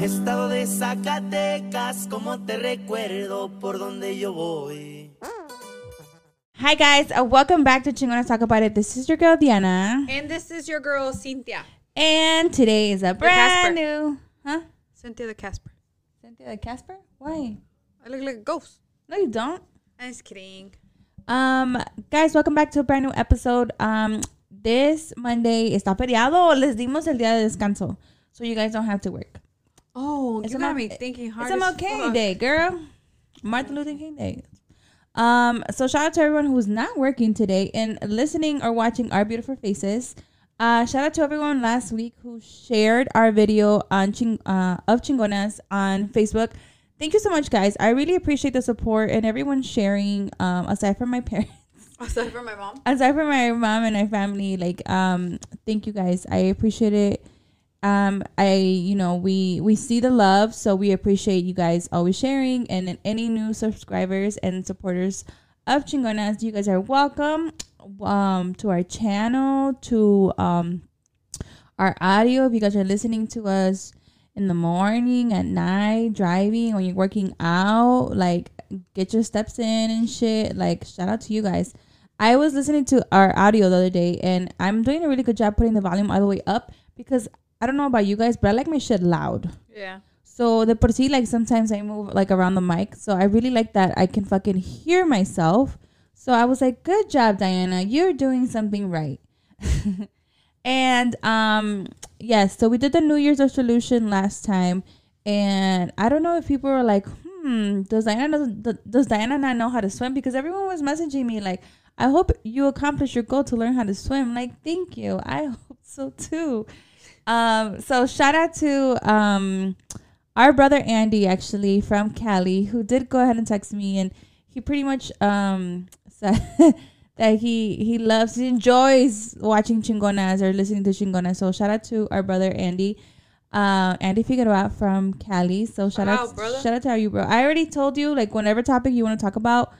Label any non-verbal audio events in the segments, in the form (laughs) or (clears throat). Estado de Zacatecas, como te recuerdo por donde yo voy. Hi guys, uh, welcome back to Chingona Talk About It. This is your girl Diana, And this is your girl, Cynthia. and today is a brand Casper. new, huh? Cynthia the Casper. Cynthia Casper? Why? I look like a ghost. No, you don't. I'm just kidding. Um, guys, welcome back to a brand new episode. Um, this Monday está feriado. Les dimos el día de descanso, so you guys don't have to work. Oh, It's you a got mo- me thinking hard. It's as MLK fuck. Day, girl. Martin Luther King Day. Um, so shout out to everyone who's not working today and listening or watching our beautiful faces. Uh, shout out to everyone last week who shared our video on Ching- uh, of Chingonas on Facebook. Thank you so much, guys. I really appreciate the support and everyone sharing. Um, aside from my (laughs) parents, Aside from Oh, my mom. aside from my mom and my family, like, um, thank you guys. I appreciate it. Um, I, you know, we we see the love, so we appreciate you guys always sharing and then any new subscribers and supporters of Chingonas. You guys are welcome um to our channel to um our audio if you guys are listening to us in the morning at night driving when you're working out like get your steps in and shit like shout out to you guys i was listening to our audio the other day and i'm doing a really good job putting the volume all the way up because i don't know about you guys but i like my shit loud Yeah. so the per se, like sometimes I move like around the mic. So I really like that I can fucking hear myself. So I was like, good job, Diana. You're doing something right. (laughs) and um yes, so we did the New Year's resolution last time. And I don't know if people were like, hmm, does Diana does Diana not know how to swim? Because everyone was messaging me like, I hope you accomplish your goal to learn how to swim. Like, thank you. I (laughs) hope so too. Um, so shout out to um our brother Andy actually from Cali who did go ahead and text me and he pretty much um (laughs) said that he he loves he enjoys watching chingonas or listening to chingonas. So shout out to our brother Andy. Uh, Andy Figueroa from Cali. So shout Wow, out brother. shout out to you, bro. I already told you like whenever topic you want to talk about,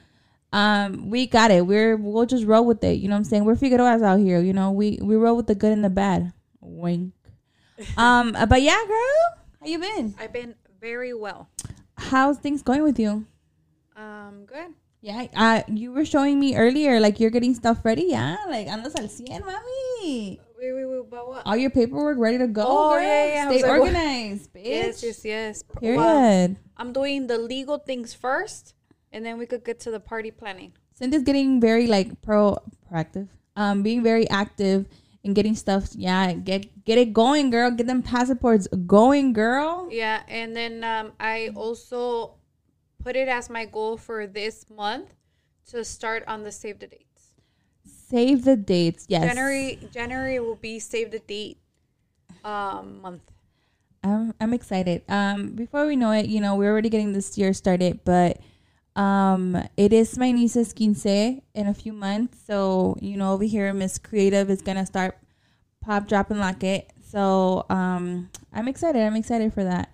um, we got it. We're we'll just roll with it. You know what I'm saying? We're Figueroas out here, you know. We we roll with the good and the bad. (laughs) Wink. Um, uh, but yeah, girl, how you been? I've been very well. How's things going with you? Um, good. Yeah, uh, you were showing me earlier, like you're getting stuff ready. Yeah, like andas al cien, mami. Wait, wait, wait, but what? All your paperwork ready to go. Oh, girl. yeah, yeah, I Stay was like, (laughs) what? organized, bitch. Yes, yes, yes. Period. Well, I'm doing the legal things first, and then we could get to the party planning. Cynthia's getting very like pro proactive. Um, being very active and getting stuff. Yeah, get get it going, girl. Get them passports going, girl. Yeah, and then um, I also put it as my goal for this month to start on the save the dates. Save the dates. Yes, January January will be save the date um, month. I'm I'm excited. Um, before we know it, you know, we're already getting this year started, but um, it is my niece's quince in a few months, so you know, over here, Miss Creative is gonna start pop, drop, and lock it. So um, I'm excited. I'm excited for that.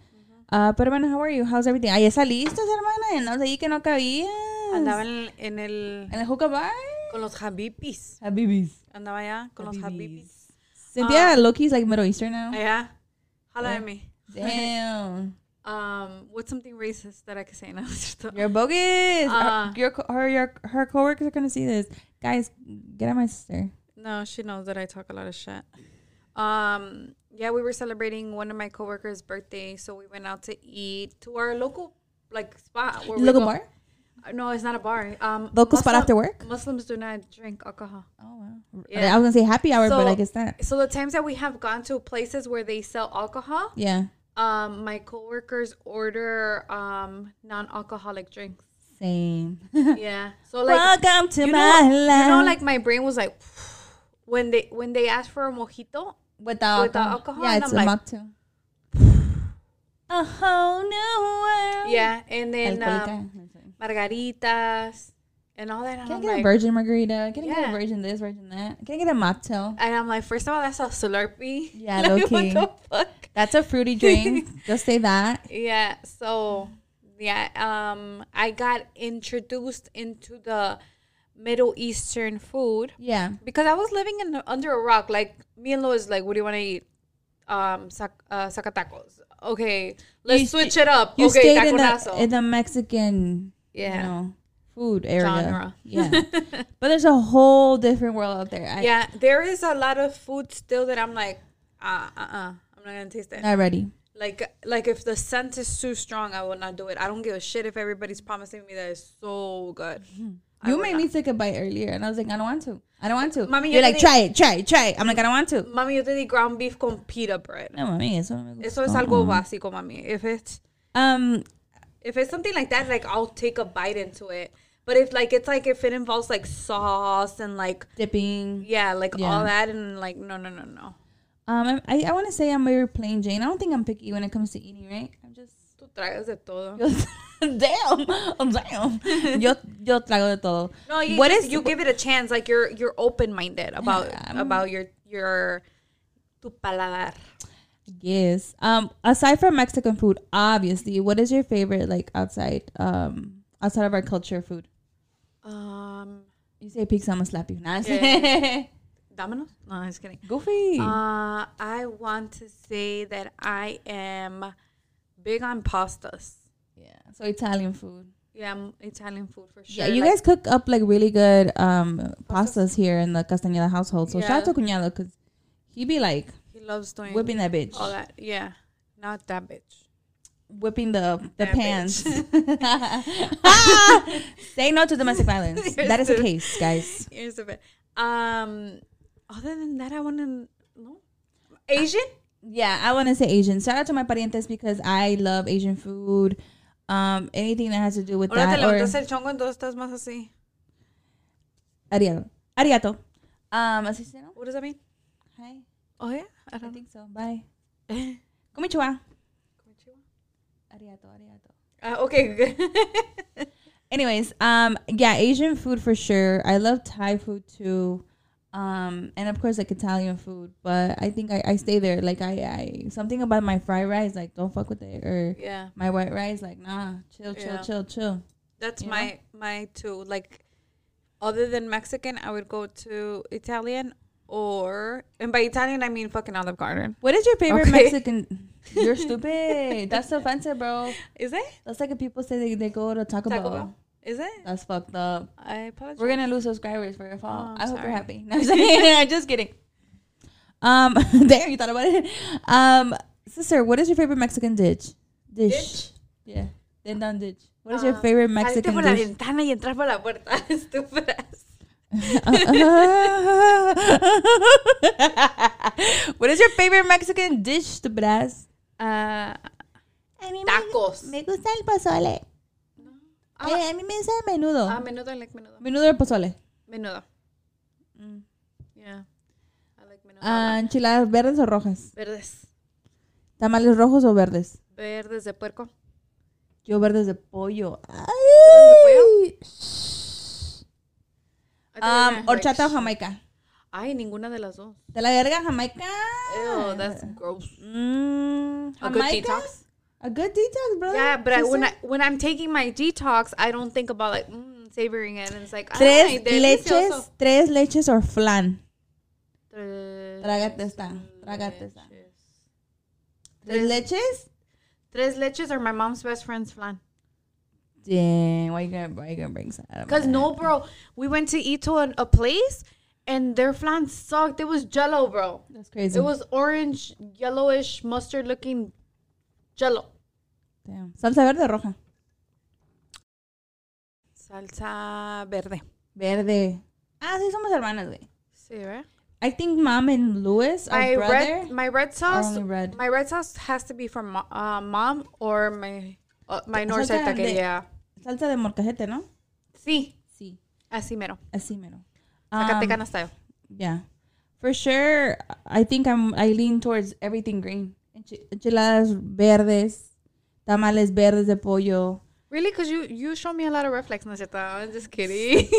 Uh, but hermana, how are you? How's everything? Ahí está listos, hermana. No sé que no cabías. Andaba en, en el en el hookah bar. con los habibis. Habibis. Andaba allá con los habibis. Cynthia, Loki's like Middle Eastern now. Allá. Holla at me. Damn, Um, what's something racist that I could say (laughs) now? you're bogus. Uh. her, your co- her your her coworkers are gonna see this. Guys, get at my sister. No, she knows that I talk a lot of shit. Um, yeah, we were celebrating one of my coworkers' birthday, so we went out to eat to our local like spot. Where we Local go- bar? Uh, No, it's not a bar. Um, Local spot after work? Muslims do not drink alcohol. Oh wow. Yeah. I was gonna say happy hour, but So- I guess not. So the times that we have gone to places where they sell alcohol, Yeah. um, my coworkers order um (laughs) non-alcoholic drinks. (laughs) Same. Yeah. So like Welcome to you my know, you know, life. like my brain was like, (sighs) when they when they asked for a mojito, without, without alcohol, Yeah, and it's I'm a like- (sighs) mocktail. A whole new world. yeah, and then Alcoholica. um, margaritas and all that. And Can I I'm get a like, virgin margarita? Can I get a Yeah. virgin this, virgin that? Can I get a (laughs) mocktail? and I'm like, first of all, that's a Slurpee. Yeah, (laughs) Like, low-key. What the fuck? That's a fruity (laughs) drink. Just say that. Yeah. So yeah, um, I got introduced into the Middle Eastern food Yeah. because I was living in under a rock. Like me and Louis, like, what do you want to eat? um, sac- uh, sacatacos. Okay, let's You st- switch it up. You okay, stayed in the, taconazo. in the Mexican, Yeah. you know, food area. Genre. (laughs) Yeah. but there's a whole different world out there. I, yeah, there is a lot of food still that I'm like, uh, uh, uh, I'm not gonna taste that. Not ready. Like, like if the scent is too strong, I will not do it. I don't give a shit if everybody's promising me that it's so good. I Mm-hmm. You will made not. me take a bite earlier, and I was like, I don't want to. I don't want to. Mami, You're yo Mm. te like, di- try it, try it, try it. I'm like, I don't want to. Mami, yo te di ground beef con pita bread. No, mami, eso no Mm-hmm. me gusta. Eso es algo básico, mami. If it's Um, if it's something like that, like I'll take a bite into it. But if like it's like if it involves like sauce and like dipping. yeah, like Yeah. all that and like no no no no. Um, I, I want to say I'm very plain Jane. I don't think I'm picky when it comes to eating, right? I'm just. (laughs) Tú tragas de todo. damn, (laughs) (laughs) damn. Yo, yo trago de todo. No, you What just- is- you give it a chance. Like you're you're open minded about I'm- about your your tu paladar. Yes. Um, aside from Mexican food, obviously, what is your favorite like outside um outside of our culture food? Um, You say pizza, I'm gonna slap you. Nah, (laughs) Domino's? No, I'm just kidding. Goofy. Uh, I want to say that I am big on pastas. yeah. So Italian food. Yeah, I'm Italian food for sure. Yeah, you Like, guys cook up like really good um pastas here in the Castañeda household. So shout out to Cuñado because he be like he loves doing whipping that bitch, all that. Yeah, not that bitch. whipping the the That pans. (laughs) Ah! (laughs) Say no to domestic violence. that is the case, guys. Here's the bit. Um, other than that, I want to no Asian. Yeah, I want to say Asian. Shout out to my parientes because I love Asian food. Um, anything that has to do with Ahora te that or levantas el chongo, entonces estás más así. arigato, arigato. Um, así se no? What does that mean? Hi, Oh yeah, I I don't think so. Bye. know. Konnichiwa. Arigato, arigato. Uh, okay, good. (laughs) Anyways, um, yeah, Asian food for sure. I love Thai food too. Um, and of course like Italian food, but I think I, I stay there. Like I, I something about my fried rice, like don't fuck with it or yeah, my white rice, like nah, chill, chill, Yeah. chill, chill. that's You know? my my two. Like, other than Mexican, I would go to Italian or and by Italian I mean fucking Olive Garden. What is your favorite Okay. Mexican? (laughs) You're stupid. That's offensive, bro. (laughs) Is it That's like if people say they, they go to Taco, Taco Bell. Bell? Is it? That's fucked up. I apologize. We're gonna lose subscribers for your fault. Oh, I I'm hope you're sorry. happy. No, I'm just kidding. (laughs) I'm just kidding. Um, (laughs) there you thought about it. Um, sister, what is your favorite Mexican dish? Dish. Ditch? Yeah, tendon ditch. What is your favorite Salirte Mexican por Ah, la dish? ventana y entrar por la puerta, (laughs) estúpidas. (laughs) what is your favorite Mexican dish, stupid ass? Ah, A mí me- Tacos. Me gusta el pozole. Ah. Eh, a mí me gusta el menudo. ah, menudo, I like menudo. menudo o pozole. Menudo. Mm. Yeah. I like menudo. Ah, enchiladas verdes o rojas. verdes. Tamales rojos o verdes. Verdes de puerco. Yo verdes de pollo. Ay. I Um, think I'm like, horchata o sh- jamaica. Ay, ninguna de las dos. De la verga, jamaica. Ew, that's gross. Mm, A good Eh. jamaica? detox? A good detox, brother. Yeah, but I, Sister? when I when I'm taking my detox, I don't think about like mm, savoring it, and it's like ah, ay, Tres delicioso. leches, tres leches or flan. Tres Trágate esta, trágate esta. leches. Tres leches? Tres leches are my mom's best friend's flan. Dang, why you gonna, why you gonna bring some? out of Cause my- no, bro, we went to eat to an, a place, and their flan sucked. It was Jello, bro. That's crazy. It was orange, yellowish, mustard looking Jello. Damn. Salsa verde o roja. Salsa verde. Verde. Ah, sí, somos hermanas, güey. See, right? I think mom and Louis, our My brother, red, my red are sauce. only red. My red sauce has to be from mo- uh, mom or my uh, my norte Salsa de- taquería. Salsa de morcajete, ¿no? Sí, Sí, así mero. así mero. Um, Zacatecana style. yeah, for sure. I think I'm. I lean towards everything green. Enchi- Enchiladas verdes, tamales verdes de pollo. Really? Cause you you show me a lot of red flags, no es cierto. I'm just kidding. (laughs)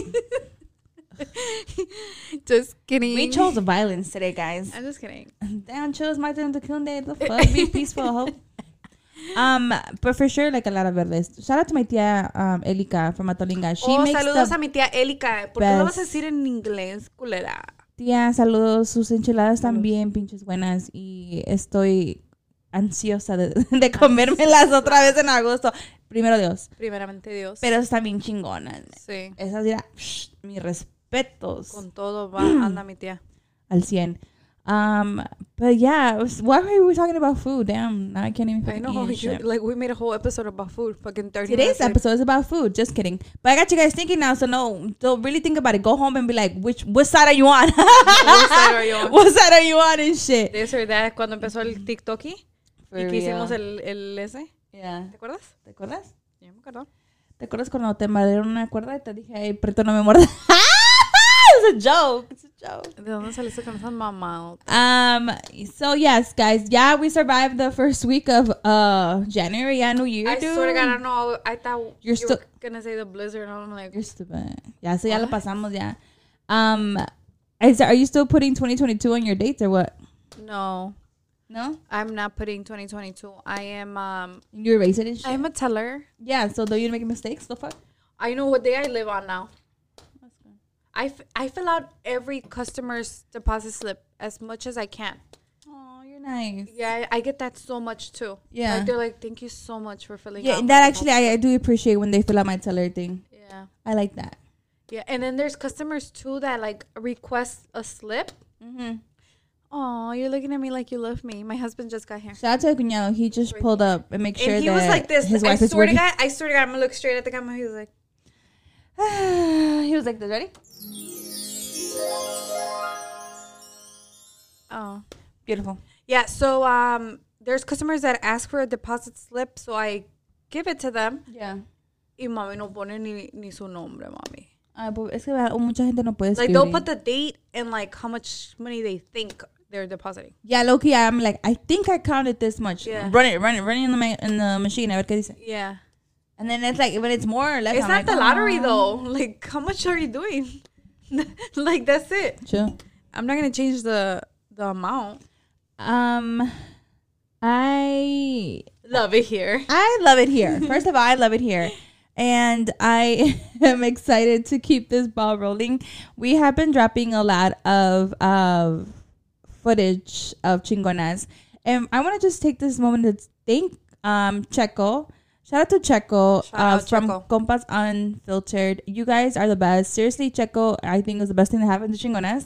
just kidding. We chose violence today, (laughs) guys. I'm just kidding. Damn, chose my turn to kill day. The fuck, be peaceful, hope. Um, but for sure, like a lot of verdes. Shout out to my tia um, Elika from Atolinga. She oh, makes saludos the a mi tía Elika. ¿Por qué lo vas a best. decir en inglés, culera? Tía, saludos. Sus enchiladas también, pinches buenas. Y estoy ansiosa de, (laughs) de comérmelas otra vez en agosto. Primero Dios. Primeramente Dios. Pero están bien chingonas. sí. Esas dirá, psh, mis respetos. Con todo (clears throat) va, anda mi tía. al 100. Um, but yeah, it was- why were we talking about food? Damn, now I can't even I fucking know. eat You, shit. like, we made a whole episode about food. Fucking 30 Today's minutes later. episode is about food. Just kidding. But I got you guys thinking now, so no, don't really think about it. Go home and be like, which what side are you on? What side are you (laughs) on? what side are you on and shit? This or that, cuando empezó el TikTok y For que real. hicimos el, el ese. Yeah. ¿Te acuerdas? ¿Te acuerdas? Yo me acuerdo. ¿Te acuerdas cuando te madrearon una cuerda y te dije, ay, preto no me (laughs) muerda? it's a joke. It's a joke. ¿De dónde saliste con esas mamadas? Um. So yes, guys. Yeah, we survived the first week of uh January. Yeah, New Year. I dude. swear to God, I don't know. I thought You're you still- were gonna say the blizzard, and I'm like, You're stupid. Yeah. So ya lo pasamos ya. Um. Is are you still putting 2022 on your dates or what? no, No. I'm not putting 2022. I am, um, You erase it and shit. I'm a teller. yeah. So though you make mistakes, the fuck. I know what day I live on now. I, f- I fill out every customer's deposit slip as much as I can. Oh, you're nice. Yeah, I I get that so much too. Yeah. like, they're like, thank you so much for filling Yeah. out. and my That deposit." actually, I, I do appreciate when they fill out my teller thing. (laughs) yeah, I like that. yeah. And then there's customers too that like request a slip. Mm-hmm. Oh, you're looking at me like you love me. My husband just got here. Shout out to el cuñado. He just pulled up and make sure and he that was like this. his I wife is swear to working. God, I swear to God, I'm gonna look straight at the camera. He was like, (sighs) he was like this. Ready? oh, Beautiful. yeah. So um, there's customers that ask for a deposit slip, so I give it to them. Yeah. Y mami no pone ni ni su nombre, mami. Ay, Ah, pues, es que vea, mucha gente no puede Like escribir. they'll put the date and like how much money they think they're depositing. yeah, Loki, I'm like, I think I counted this much. Yeah. Run it, run it, run it in the, ma- in the machine. A ver qué dice. Yeah, And then it's like, when it's more or less, it's I'm not like, the lottery "Oh." though. (laughs) Like how much are you doing? (laughs) like that's it. Chill. I'm not gonna change the the amount. Um, I Love it here. I love it here. First of all, I love it here. And I (laughs) am excited to keep this ball rolling. We have been dropping a lot of of footage of chingonas. And I want to just take this moment to thank um, Checo. Shout out to Checo Shout uh, out, from Checo. Compas Unfiltered. You guys are the best. Seriously, Checo, I think is the best thing that happened to Chingonas.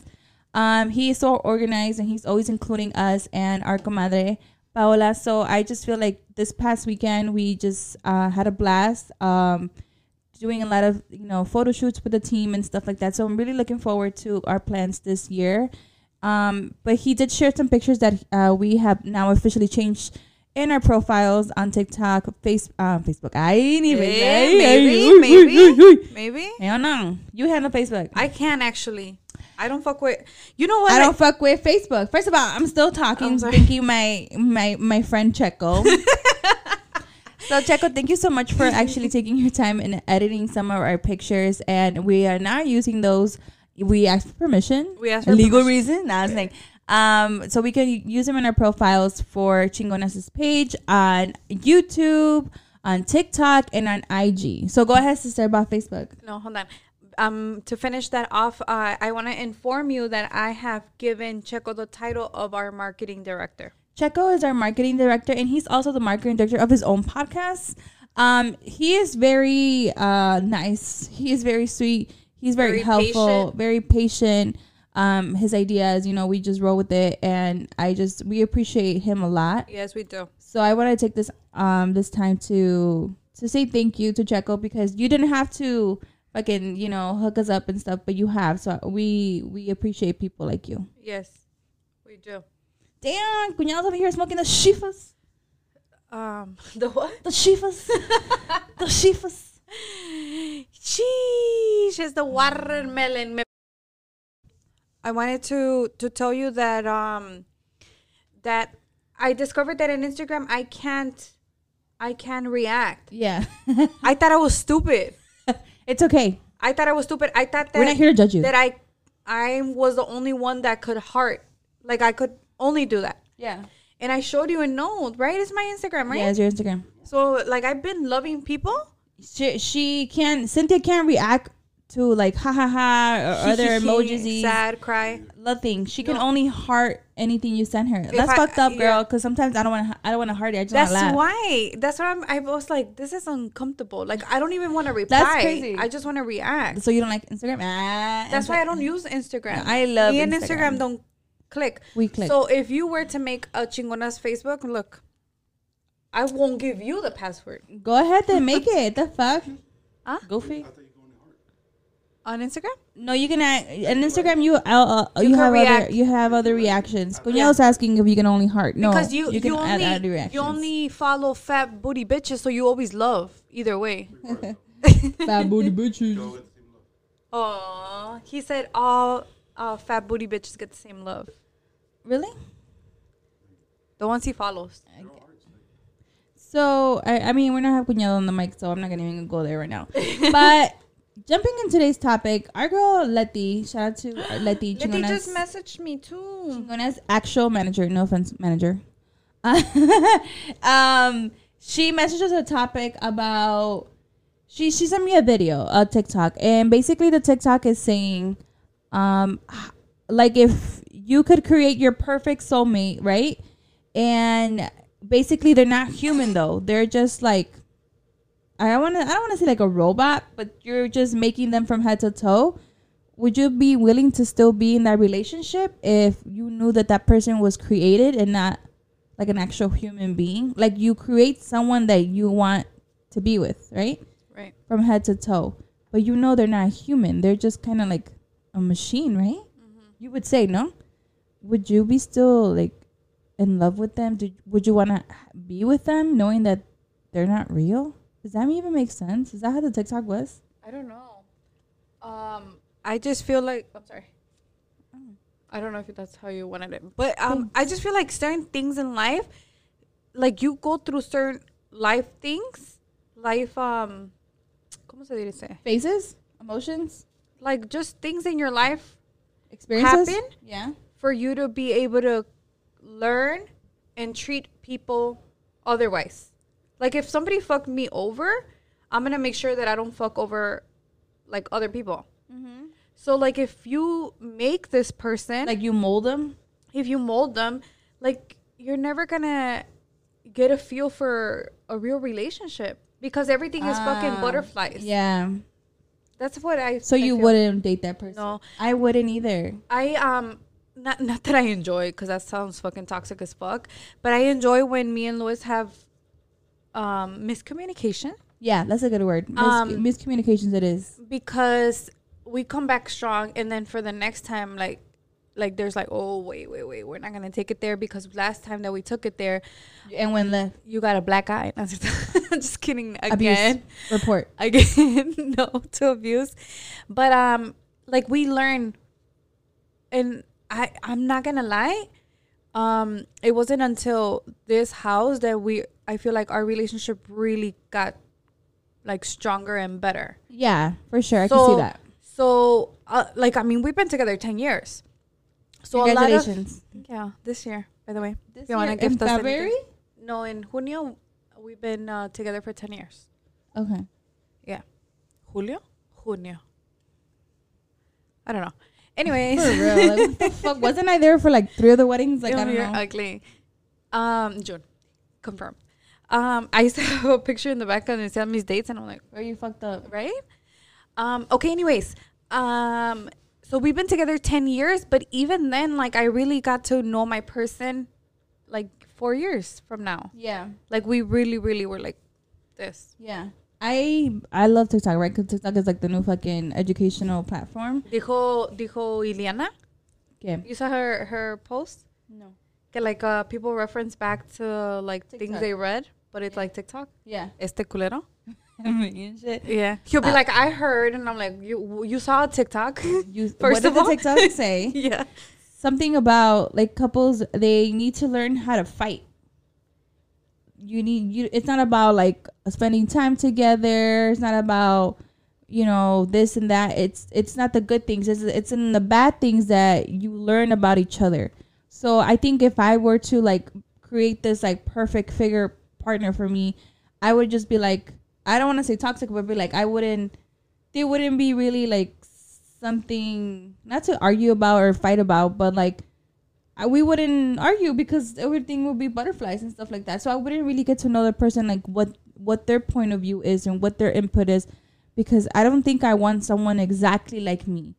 Um, he is so organized and he's always including us and our comadre Paola. So I just feel like this past weekend we just uh, had a blast. Um, doing a lot of you know photo shoots with the team and stuff like that. So I'm really looking forward to our plans this year. Um, but he did share some pictures that uh, we have now officially changed in our profiles on TikTok, face, uh, Facebook. I ain't even. Eh, ay, ay, maybe, uy, maybe. uy, uy, uy. Maybe. Hell no, you handle Facebook. I, I can't actually. I don't fuck with. You know what? don't fuck with Facebook. First of all, I'm still talking. I'm sorry. thank you, my my my friend (laughs) Checo. So Checo, thank you so much for actually taking your time and editing some of our pictures, and we are now using those. We asked for permission. We asked a for legal permission. reason. Now it's like, um, so we can use them in our profiles for Chingonas' page on YouTube, on TikTok, and on IG. So go ahead, sister, about Facebook. no, hold on. Um, to finish that off, uh, I want to inform you that I have given Checo the title of our marketing director. Checo is our marketing director, and he's also the marketing director of his own podcast. Um, he is very uh, nice. He is very sweet. He's very, Very helpful, patient. very patient. Um, his ideas, you know, we just roll with it, and I just we appreciate him a lot. Yes, we do. So I want to take this um this time to to say thank you to Checo because you didn't have to fucking you know hook us up and stuff, but you have. So we we appreciate people like you. Yes, we do. Damn, cuñados over here smoking the shifas. Um, (laughs) the what? The (laughs) Shifas. the Shifas. Sheesh, it's the watermelon. Me- I wanted to to tell you that um that I discovered that in Instagram I can't I can react. Yeah. (laughs) I thought I was stupid. it's okay. I thought I was stupid. I thought that We're not here to judge you. that I I was the only one that could heart. Like I could only do that. Yeah. And I showed you a note, right? It's my Instagram, right? Yeah, it's your Instagram. So like I've been loving people. She, she can Cynthia can't react to like ha ha ha or other emojis, sad cry. nothing. She can only heart anything you send her. That's I- fucked up, yeah. girl. Because sometimes I don't want to. I don't want to heart it. I just want That's to laugh. why. That's why I'm, I was like, this is uncomfortable. Like, I don't even want to reply. crazy. I just want to react. So you don't like Instagram? Ah, That's Insta- why I don't use Instagram. I love Me and Instagram. Instagram don't click. We click. So if you were to make a chingona's Facebook, look, I won't give you the password Go ahead and make it. The (laughs) fuck? Huh? Goofy. on Instagram. No, you can act, on Instagram. You uh, uh, you, You can have other react. you have other reactions. Cuñado's asking if you can only heart. No, because you you, can add only other reactions. you (laughs) only follow fat booty bitches, so you always love either (laughs) way. fat (laughs) booty bitches. Oh, he said all uh, fat booty bitches get the same love. Really? The ones he follows. So I, I mean, we're not have Cuñado on the mic, so I'm not gonna even go there right (laughs) now. but jumping in today's topic, our girl Letty, shout out to uh, Letty. Did he just Chingona's- messaged me too? Chingona's actual manager, no offense, manager. (laughs) Uh, um, she messaged us a topic about she she sent me a video, a TikTok, and basically the TikTok is saying, um, h- like if you could create your perfect soulmate, right? And basically they're not human though; they're just like I want to I don't want to say like a robot, but you're just making them from head to toe. Would you be willing to still be in that relationship if you knew that that person was created and not like an actual human being? Like you create someone that you want to be with, right? Right. From head to toe. But you know they're not human. They're just kind of like a machine, right? You would say no. Would you be still like in love with them? Did, would you want to be with them knowing that they're not real? Does that even make sense? Is that how the TikTok was? I don't know. Um, I just feel like I'm sorry. I don't know if that's how you wanted it, but um, I just feel like certain things in life, like you go through certain life things, life um, ¿cómo se dice? Faces, emotions, Like just things in your life experiences. Happen? Yeah. for you to be able to learn and treat people otherwise. Like if somebody fucked me over, I'm gonna make sure that I don't fuck over like other people. Mm-hmm. So like if you make this person, like Like you mold them. if you mold them, like you're never gonna get a feel for a real relationship because everything is fucking butterflies. Ah, Yeah. That's what I. So I you feel. wouldn't date that person? No. I wouldn't either. I um not not that I enjoy because that sounds fucking toxic as fuck, but I enjoy when me and Louis have um miscommunication Yeah, that's a good word. Mis- Um, miscommunications it is. because we come back strong and then for the next time like like there's like oh wait wait wait we're not gonna take it there because last time that we took it there And when left, you got a black eye (laughs) I'm just kidding abuse again report. again (laughs) no to abuse but um like we learn and i i'm not gonna lie um it wasn't until this house that we i feel like our relationship really got like stronger and better Yeah, for sure. I can see that. so uh, like i mean we've been together 10 years so a lot of Congratulations. yeah this year by the way This You wanna year in gift us anything? February? no in junio we've been uh, together for 10 years Okay. yeah. Julio? Junio. I don't know. Anyways. For real. (laughs) Like, what the fuck? Wasn't I there for like three of the weddings? Like, I don't you're know. ugly. Um, June. Confirmed. Um, (laughs) I used to have a picture in the background and it said mis dates and I'm like, Where you fucked up? right? Um, okay, anyways. Um, so we've been together 10 years, but even then, like, I really got to know my person like four years from now. Yeah. Like, we really, really were like this. Yeah. I I love TikTok, right? Because TikTok is like the new fucking educational platform. Dijo, dijo Ileana, Okay. you saw her, her post? No. Que like uh, people reference back to like things TikTok. they read, but it's like TikTok. Yeah. (laughs) Este culero. and shit. Yeah, he'll be Uh, like, I heard, and I'm like, you you saw a TikTok. You, First what did of the all- TikTok say? (laughs) yeah, something about like couples they need to learn how to fight you need you it's not about like spending time together it's not about you know this and that it's it's not the good things it's it's in the bad things that you learn about each other so i think if i were to like create this like perfect figure partner for me i would just be like i don't want to say toxic but be like i wouldn't they wouldn't be really like something not to argue about or fight about, but like I, we wouldn't argue because everything would be butterflies and stuff like that. So I wouldn't really get to know the person like what what their point of view is and what their input is because I don't think I want someone exactly like me.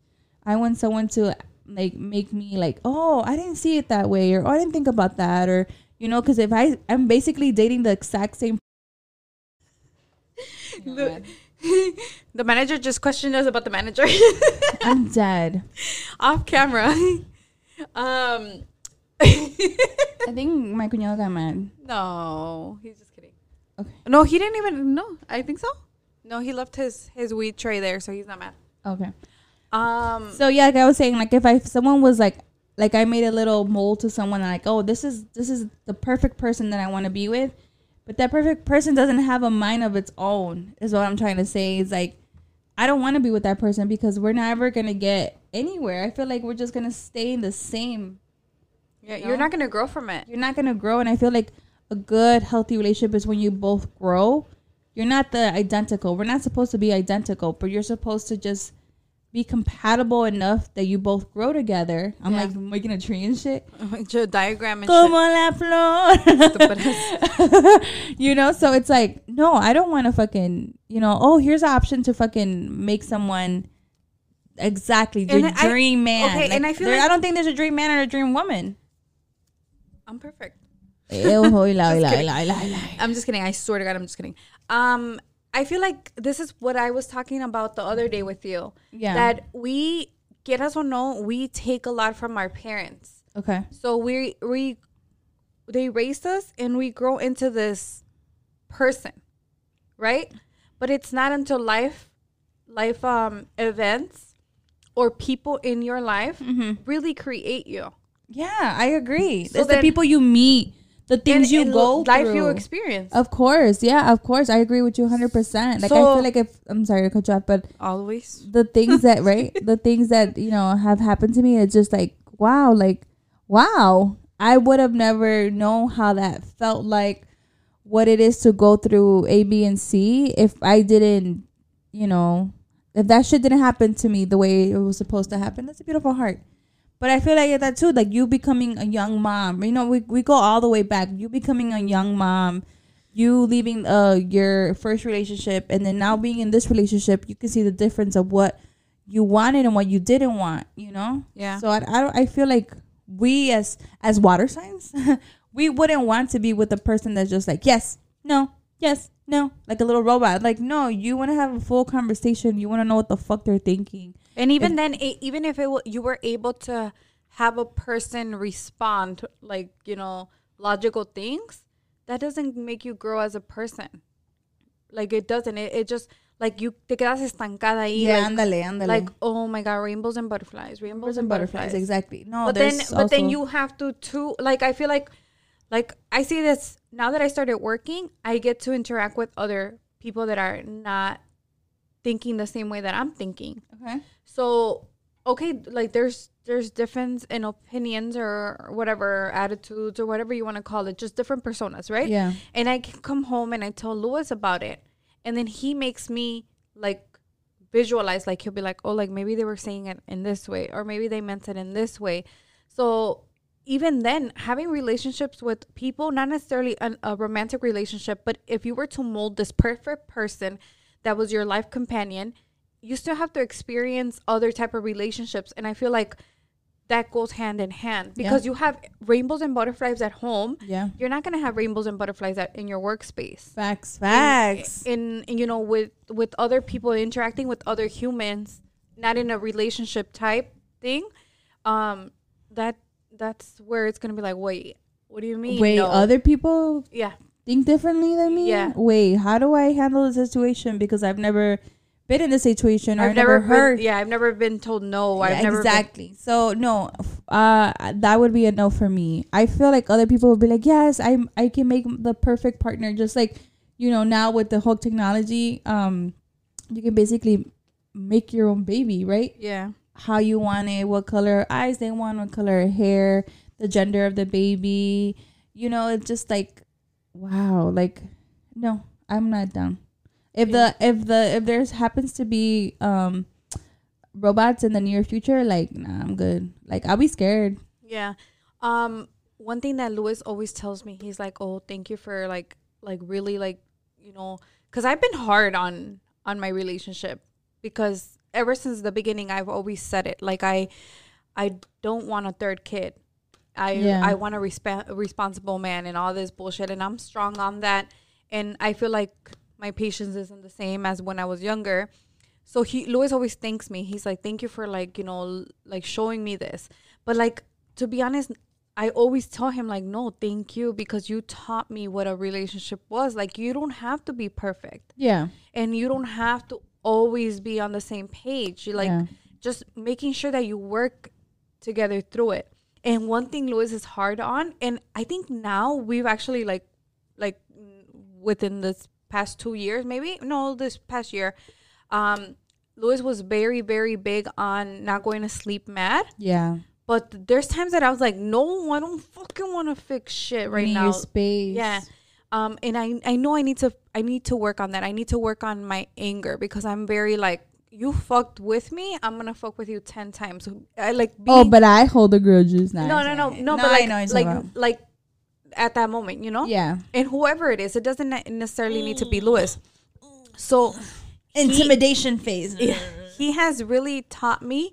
I want someone to like make me like, "Oh, I didn't see it that way," or "Oh, I didn't think about that," or you know, cuz if I I'm basically dating the exact same The, the manager just questioned us about the manager (laughs) I'm dead. (laughs) off camera. (laughs) Um, I think my cuñado got mad. no, he's just kidding. Okay. No, he didn't even. No, I think so. No, he left his his weed tray there, so he's not mad. Okay. Um, So yeah, like I was saying, like if I if someone was like like I made a little mold to someone like, oh, this is this is the perfect person that I want to be with, but that perfect person doesn't have a mind of its own. Is what I'm trying to say. Is like I don't want to be with that person because we're never gonna get anywhere. I feel like we're just gonna stay in the same. yeah, you're not gonna grow from it. You're not gonna grow, and I feel like a good healthy relationship is when you both grow. You're not the identical. We're not supposed to be identical, but you're supposed to just be compatible enough that you both grow together. I'm Yeah. like making a tree and shit. (laughs) Your diagram and Como la flor. (laughs) shit. you know, so it's like, no, I don't want to fucking, you know, oh, here's an option to fucking make someone exactly your And I- dream man. okay, and I feel there- like- I don't think there's a dream man or a dream (laughs) woman. I'm perfect. Ew, hola, hola, kidding. hola, hola, hola. I'm just kidding. I swear to God, I'm just kidding. Um, I feel like this is what I was talking about the other day with you. Yeah. That we, quieras o no, we take a lot from our parents. Okay. So we we they raised us and we grow into this person, right? But it's not until life life um events or people in your life Mm-hmm. really create you. Yeah, I agree. So it's then- the people you meet, the things you go life through. you experience. of course, yeah, of course, I agree with you 100%. Like I So- feel like if I'm sorry to cut you off, but Always. the things (laughs) that right the things that you know have happened to me it's just like wow like wow i would have never known how that felt like what it is to go through a b and c if i didn't you know if that shit didn't happen to me the way it was supposed to happen that's a beautiful heart but i feel like that too like you becoming a young mom you know we, we go all the way back you becoming a young mom you leaving uh your first relationship and then now being in this relationship you can see the difference of what you wanted and what you didn't want you know Yeah. so i, I, don't- I feel like we as as water signs (laughs) we wouldn't want to be with a person that's just like yes no yes no like a little robot like no you want to have a full conversation you want to know what the fuck they're thinking And even then, e- even if it w- you were able to have a person respond to, like you know logical things, that doesn't make you grow as a person. Like it doesn't. It, it just like you te quedas estancada ahí. like, andale andale like oh my god, rainbows and butterflies, rainbows and butterflies. exactly no But then, there's but then also- you have to too. Like I feel like, like I see this now that I started working, I get to interact with other people that are not thinking the same way that I'm thinking okay so okay like there's there's difference in opinions or whatever attitudes or whatever you want to call it just different personas right Yeah. Mm-hmm. and i c- come home and i tell lewis about it and then he makes me like visualize like he'll be like oh like maybe they were saying it in this way or maybe they meant it in this way so even then having relationships with people not necessarily an, a romantic relationship but if you were to mold this perfect person that was your life companion you still have to experience other type of relationships and i feel like that goes hand in hand because you have rainbows and butterflies at home Yeah. you're not going to have rainbows and butterflies at, in your workspace facts facts in you know with with other people interacting with other humans not in a relationship type thing um that that's where it's going to be like wait what do eh, you mean wait no? other people yeah think differently than me? Yeah. Wait, how do I handle the situation? Because I've never been in this situation or I've, never, been- heard. yeah i've never been told no Yeah, i've never been- exactly. so no, f- uh, that would be a no for me. I feel like other people would be like, yes, I I can make the perfect partner. Just like you know now with the whole technology, um, you can basically make your own baby, right? yeah how you want it, what color eyes they want, what color hair, the gender of the baby. You know, it's just like, wow, like, no, I'm not down. If the if the if there's happens to be um robots in the near future, like nah, I'm good. Like I'll be scared. Yeah. Um one thing that Lewis always tells me, he's like, "Oh, thank you for like like really like, you know, cuz I've been hard on on my relationship because ever since the beginning I've always said it. Like I I don't want a third kid. I Yeah. I want a resp- responsible man and all this bullshit and I'm strong on that and I feel like my patience isn't the same as when I was younger. So he Louis always thanks me. He's like, "Thank you for like you know l- like showing me this." But like to be honest, I always tell him like, "No, thank you because you taught me what a relationship was. Like you don't have to be perfect, Yeah. and you don't have to always be on the same page. You like Yeah. just making sure that you work together through it." And one thing Louis is hard on, and I think now we've actually like like within this past two years, maybe no, this past year, um, Lewis was very, very big on not going to sleep mad. Yeah. But there's times that I was like, no, I don't fucking want to fix shit right Need now. your space. Yeah. Um, and I, I know I need to, I need to work on that. I need to work on my anger because I'm very like, you fucked with me, I'm gonna fuck with you ten times. I like. Oh, being- but I hold the grudges now. no, no, no, no, But I like, know what you're like, talking like, at that moment, you know. Yeah. And whoever it is, it doesn't ne- necessarily need to be Lewis. So Intimidation phase. he has really taught me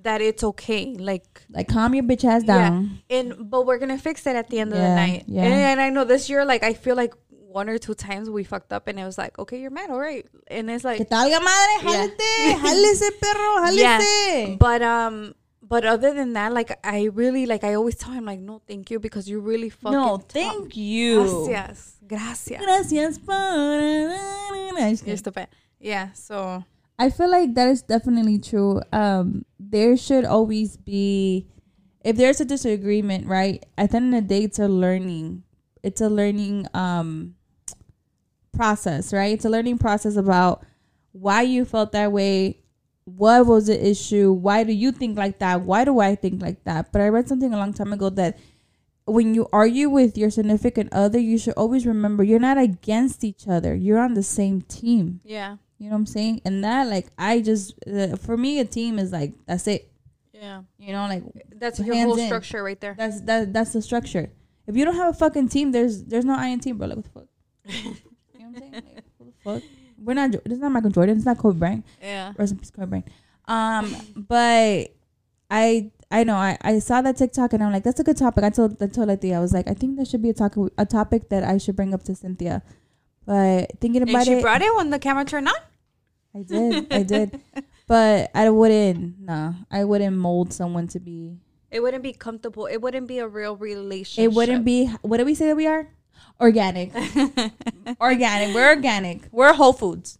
that it's okay. Like Like calm your bitch ass down. Yeah. And but we're gonna fix it at the end of the Yeah, night. yeah. And, and I know this year, like I feel like one or two times we fucked up, and it was like, okay, you're mad, all right. And it's like, Que talga madre, Yeah. jálate, jálese perro, yeah. jálese. But um, but other than that, like I really like I always tell him like, no, thank you, because you really fucking No, taught- thank you. Gracias, gracias. Gracias por. I'm just You're kidding. stupid. Yeah. So I feel like that is definitely true. Um, there should always be, if there's a disagreement, right? At the end of the day, it's a learning. It's a learning um, process, right? It's a learning process about why you felt that way. What was the issue? Why do you think like that? Why do I think like that? But I read something a long time ago that when you argue with your significant other, you should always remember you're not against each other. You're on the same team. yeah, You know what I'm saying? And that, like, I just uh, for me, a team is like that's it. yeah. You know, like That's your Hands whole in. structure right there. that's that that's the structure. If you don't have a fucking team, there's there's no I in team, bro. Like what the fuck? you know what I'm saying? Like, what the fuck? We're not. Jo- This is not Michael Jordan. It's not Kobe Bryant. Yeah. Rest in peace, Kobe Bryant. Um, but I I know I, I saw that TikTok and I'm like that's a good topic. I told I told Althea I was like I think there should be a topic a topic that I should bring up to Cynthia. But thinking And about she it, brought it when the camera turned on. I did. I did. But I wouldn't. Nah, I wouldn't mold someone to be. It wouldn't be comfortable. It wouldn't be a real relationship. It wouldn't be. What do we say that we are? (laughs) Organic. organic. We're organic. We're Whole (laughs) Foods.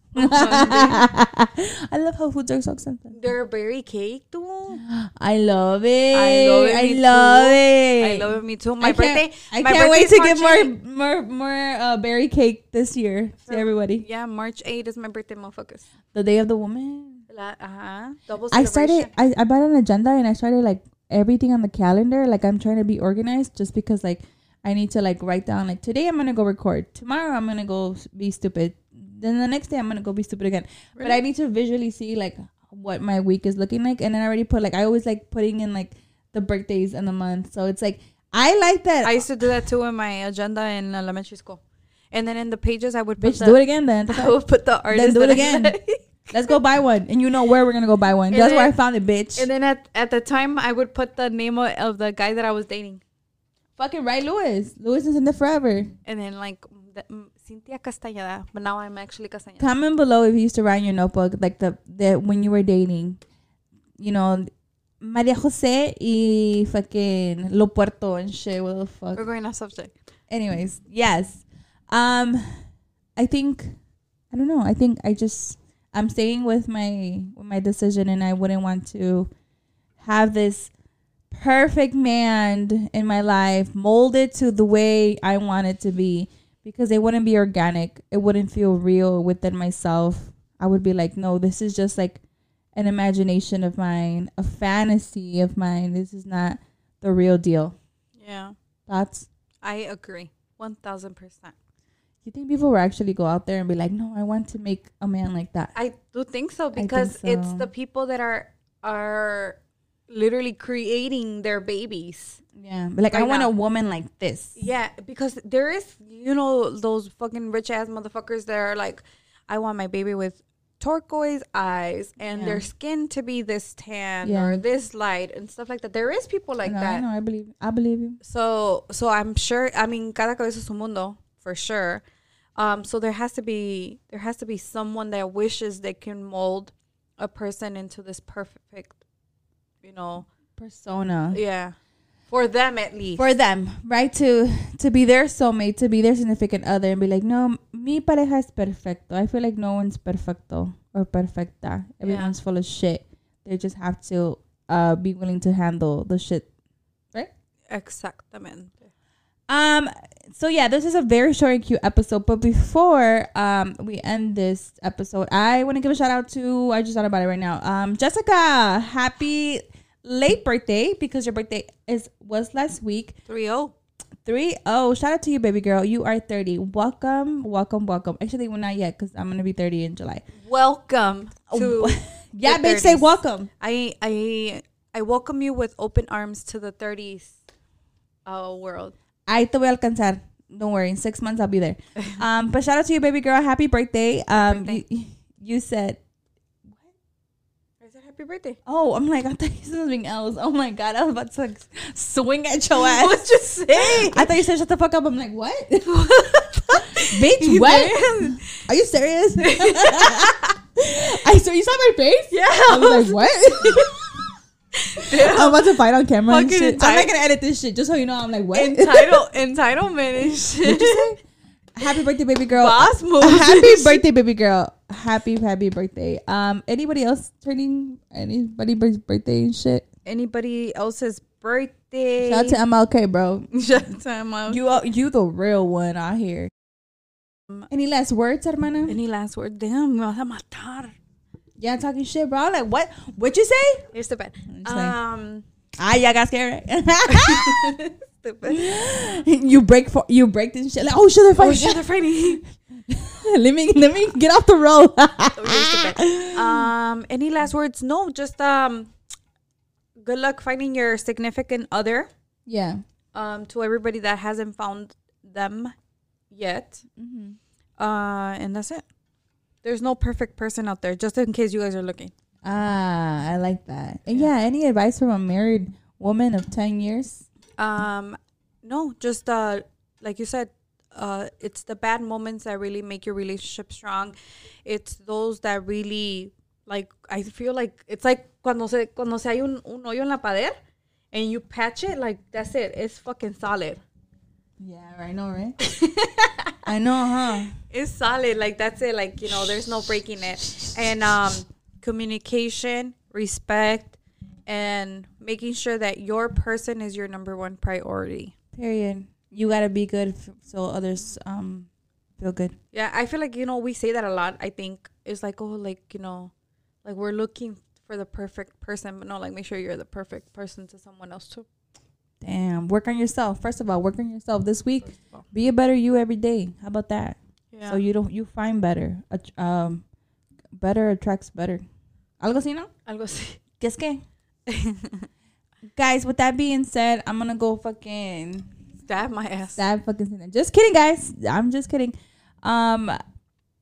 I love Whole Foods. They're so expensive. They're very cake too. I love it. I I love love it, it. me I love it. too. I love it. Me too. My I can't- birthday. I my can't wait birthday to get is March more 8th. more more uh, berry cake this year to everybody. Yeah, March 8th is my birthday, motherfuckers. The Day of the Woman. La, uh-huh. Double I started. celebration. I, I bought an agenda and I started like everything on the calendar. Like I'm trying to be organized, just because like I need to like write down like today I'm gonna go record, tomorrow I'm gonna go s- be stupid, then the next day I'm gonna go be stupid again. But I need to visually see like what my week is looking like, and then I already put like I always like putting in like the birthdays and the month, so it's like I like that. I used to do that too in my agenda in elementary school. And then in the pages, I would put Bitch, the, do it again then. (laughs) I would put the Then artist. do it that I again. (laughs) like. Let's go buy one, and you know where we're gonna go buy one. And That's where then- I found it, bitch. and then at, at the time, I would put the name of, of the guy that I was dating. Fucking right, Lewis. Lewis is in there forever. And then like the, mm, Cynthia Castañeda, but now I'm actually Castañeda. comment below if you used to write in your notebook like the that when you were dating you know Maria Jose y fucking Lo Puerto and shit what the We're fuck going off subject. anyways yes um I think I don't know I think I just I'm staying with my with my decision and I wouldn't want to have this perfect man in my life molded to the way I want it to be because it wouldn't be organic. It wouldn't feel real within myself. I would be like, no, this is just like an imagination of mine, a fantasy of mine. This is not the real deal. Yeah. Thoughts? I agree. 1000%. you think people will actually go out there and be like, no, I want to make a man like that? I do think so because it's so. the people that are are literally creating their babies. Yeah, but like I Right want now. a woman like this. Yeah, because there is you know those fucking rich ass motherfuckers that are like, I want my baby with turquoise eyes and their skin to be this tan Yeah. or this light and stuff like that. There is people like no, I that. know, I believe, I believe you. So so I'm sure I mean cada cabeza su mundo for sure. Um so there has to be there has to be someone that wishes they can mold a person into this perfect you know Persona yeah. For them at least. for them, right? To to be their soulmate, to be their significant other, and be like, no, mi pareja es perfecto. I feel like no one's perfecto or perfecta. Everyone's full of shit. They just have to uh, be willing to handle the shit, right? Exactamente. Um. So yeah, this is a very short and cute episode. But before um we end this episode, I want to give a shout out to I just thought about it right now. Um, Jessica, happy late birthday because your birthday is was last week. Three oh. Three oh, shout out to you, baby girl. You are thirty. Welcome, welcome, welcome. Actually, well, not yet because I'm gonna be thirty in July. Welcome to yeah, the bitch, say 30s. welcome. I I I welcome you with open arms to the thirties uh world. Ahí te voy a alcanzar. Don't worry. In six months, I'll be there. Um, but shout out to you, baby girl. Happy birthday. Um, Birthday. You, you said Is it happy birthday? Oh, I'm like, I thought you said something else. Oh my god, I was about to like, swing at your ass. (laughs) What you say? I thought you said shut the fuck up. I'm like, (laughs) what? Bitch, what? Are you (laughs) serious? I saw you saw my face? (laughs) Yeah. I was like, (laughs) what? I'm about to fight on camera and Fucking shit. I'm not entitled. gonna edit this shit, just so you know I'm like, what? (laughs) Entitle entitlement and shit. What'd you say? (laughs) Happy birthday, baby girl. Boss moves. (laughs) Happy birthday, baby girl. Happy, happy birthday. Um, anybody else turning anybody birthday and shit? Anybody else's birthday? Shout out to MLK, bro. (laughs) Shout to Emma. You are you the real one out here. Any last words, hermana? Any last word? Damn, me vas a matar. Yeah, talking shit, bro. I'm like, what? What you say? You're stupid. It's like- Um, Ah, y'all got scared. right? (laughs) stupid. (laughs) you break for you break this shit. Like, oh shit, they're Oh (laughs) fighting. shit, they're (laughs) fighting. let me let me get off the road. (laughs) You're stupid. Um, any last words? No, just um, good luck finding your significant other. yeah, um, to everybody that hasn't found them yet. Mm-hmm. Uh, and that's it. There's no perfect person out there, just in case you guys are looking. ah, I like that. And yeah, any advice from a married woman of ten years? Um, no, just uh, like you said, uh, it's the bad moments that really make your relationship strong. It's those that really, like, I feel like it's like cuando se cuando se hay un, un hoyo en la pared and you patch it, like that's it. It's fucking solid. Yeah, I know, right? (laughs) I know, huh? it's solid like that's it like you know there's no breaking it and um communication respect and making sure that your person is your number one priority Period. You gotta be good f- so others um feel good. yeah i feel like you know we say that a lot i think it's like oh like you know like we're looking for the perfect person but no like make sure you're the perfect person to someone else too Damn, work on yourself. First of all, work on yourself this week. of all. Be a better you every day. How about that? yeah So you don't you find better. Att- Um, better attracts better. Algo así, no? algo así (laughs) ¿Qué es que? guys, with that being said, I'm gonna go fucking stab my ass stab fucking Santa. Just kidding, guys. I'm just kidding. Um,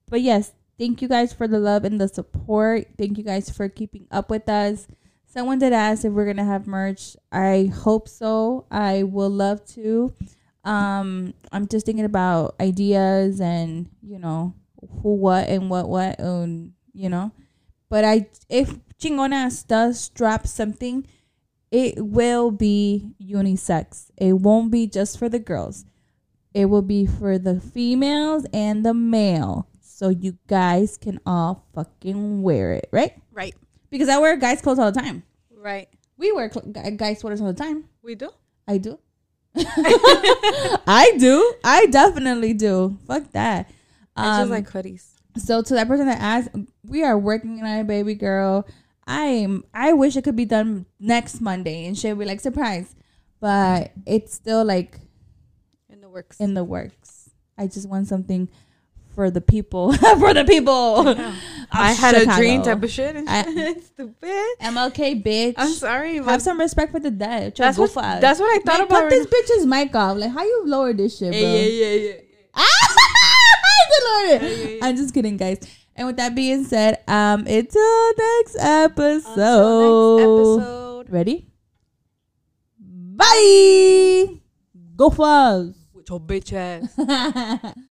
but yes, thank you guys for the love and the support. Thank you guys for keeping up with us. Someone did ask if we're gonna have merch. I hope so. I will love to. Um, I'm just thinking about ideas and you know who, what, and what, what, and you know. But I, if Chingonas does drop something, it will be unisex. It won't be just for the girls. It will be for the females and the male. So you guys can all fucking wear it, right? right Because I wear guys' clothes all the time. right We wear cl- gu- guys' sweaters all the time. we do I do. (laughs) I do. I definitely do. Fuck that. i Um, just like hoodies so to that person that asked, we are working on it, baby girl. I'm I wish it could be done next Monday and she'll be like surprise. But it's still like in the works in the works. I just want something for the people, (laughs) for the people. I had a dream Chicago. type of shit. And (laughs) I- (laughs) shit. Stupid. MLK bitch. I'm sorry. but Have some respect for the dead. Try That's go what, for us. that's what I thought Like, about. cut this bitch's mic off. Like, how you lower this shit, bro? yeah, yeah, yeah. I did lower it. (laughs) I'm just kidding, guys. And with that being said, um, until next episode. Until next episode. Ready? Bye. Go for us. With your bitch ass.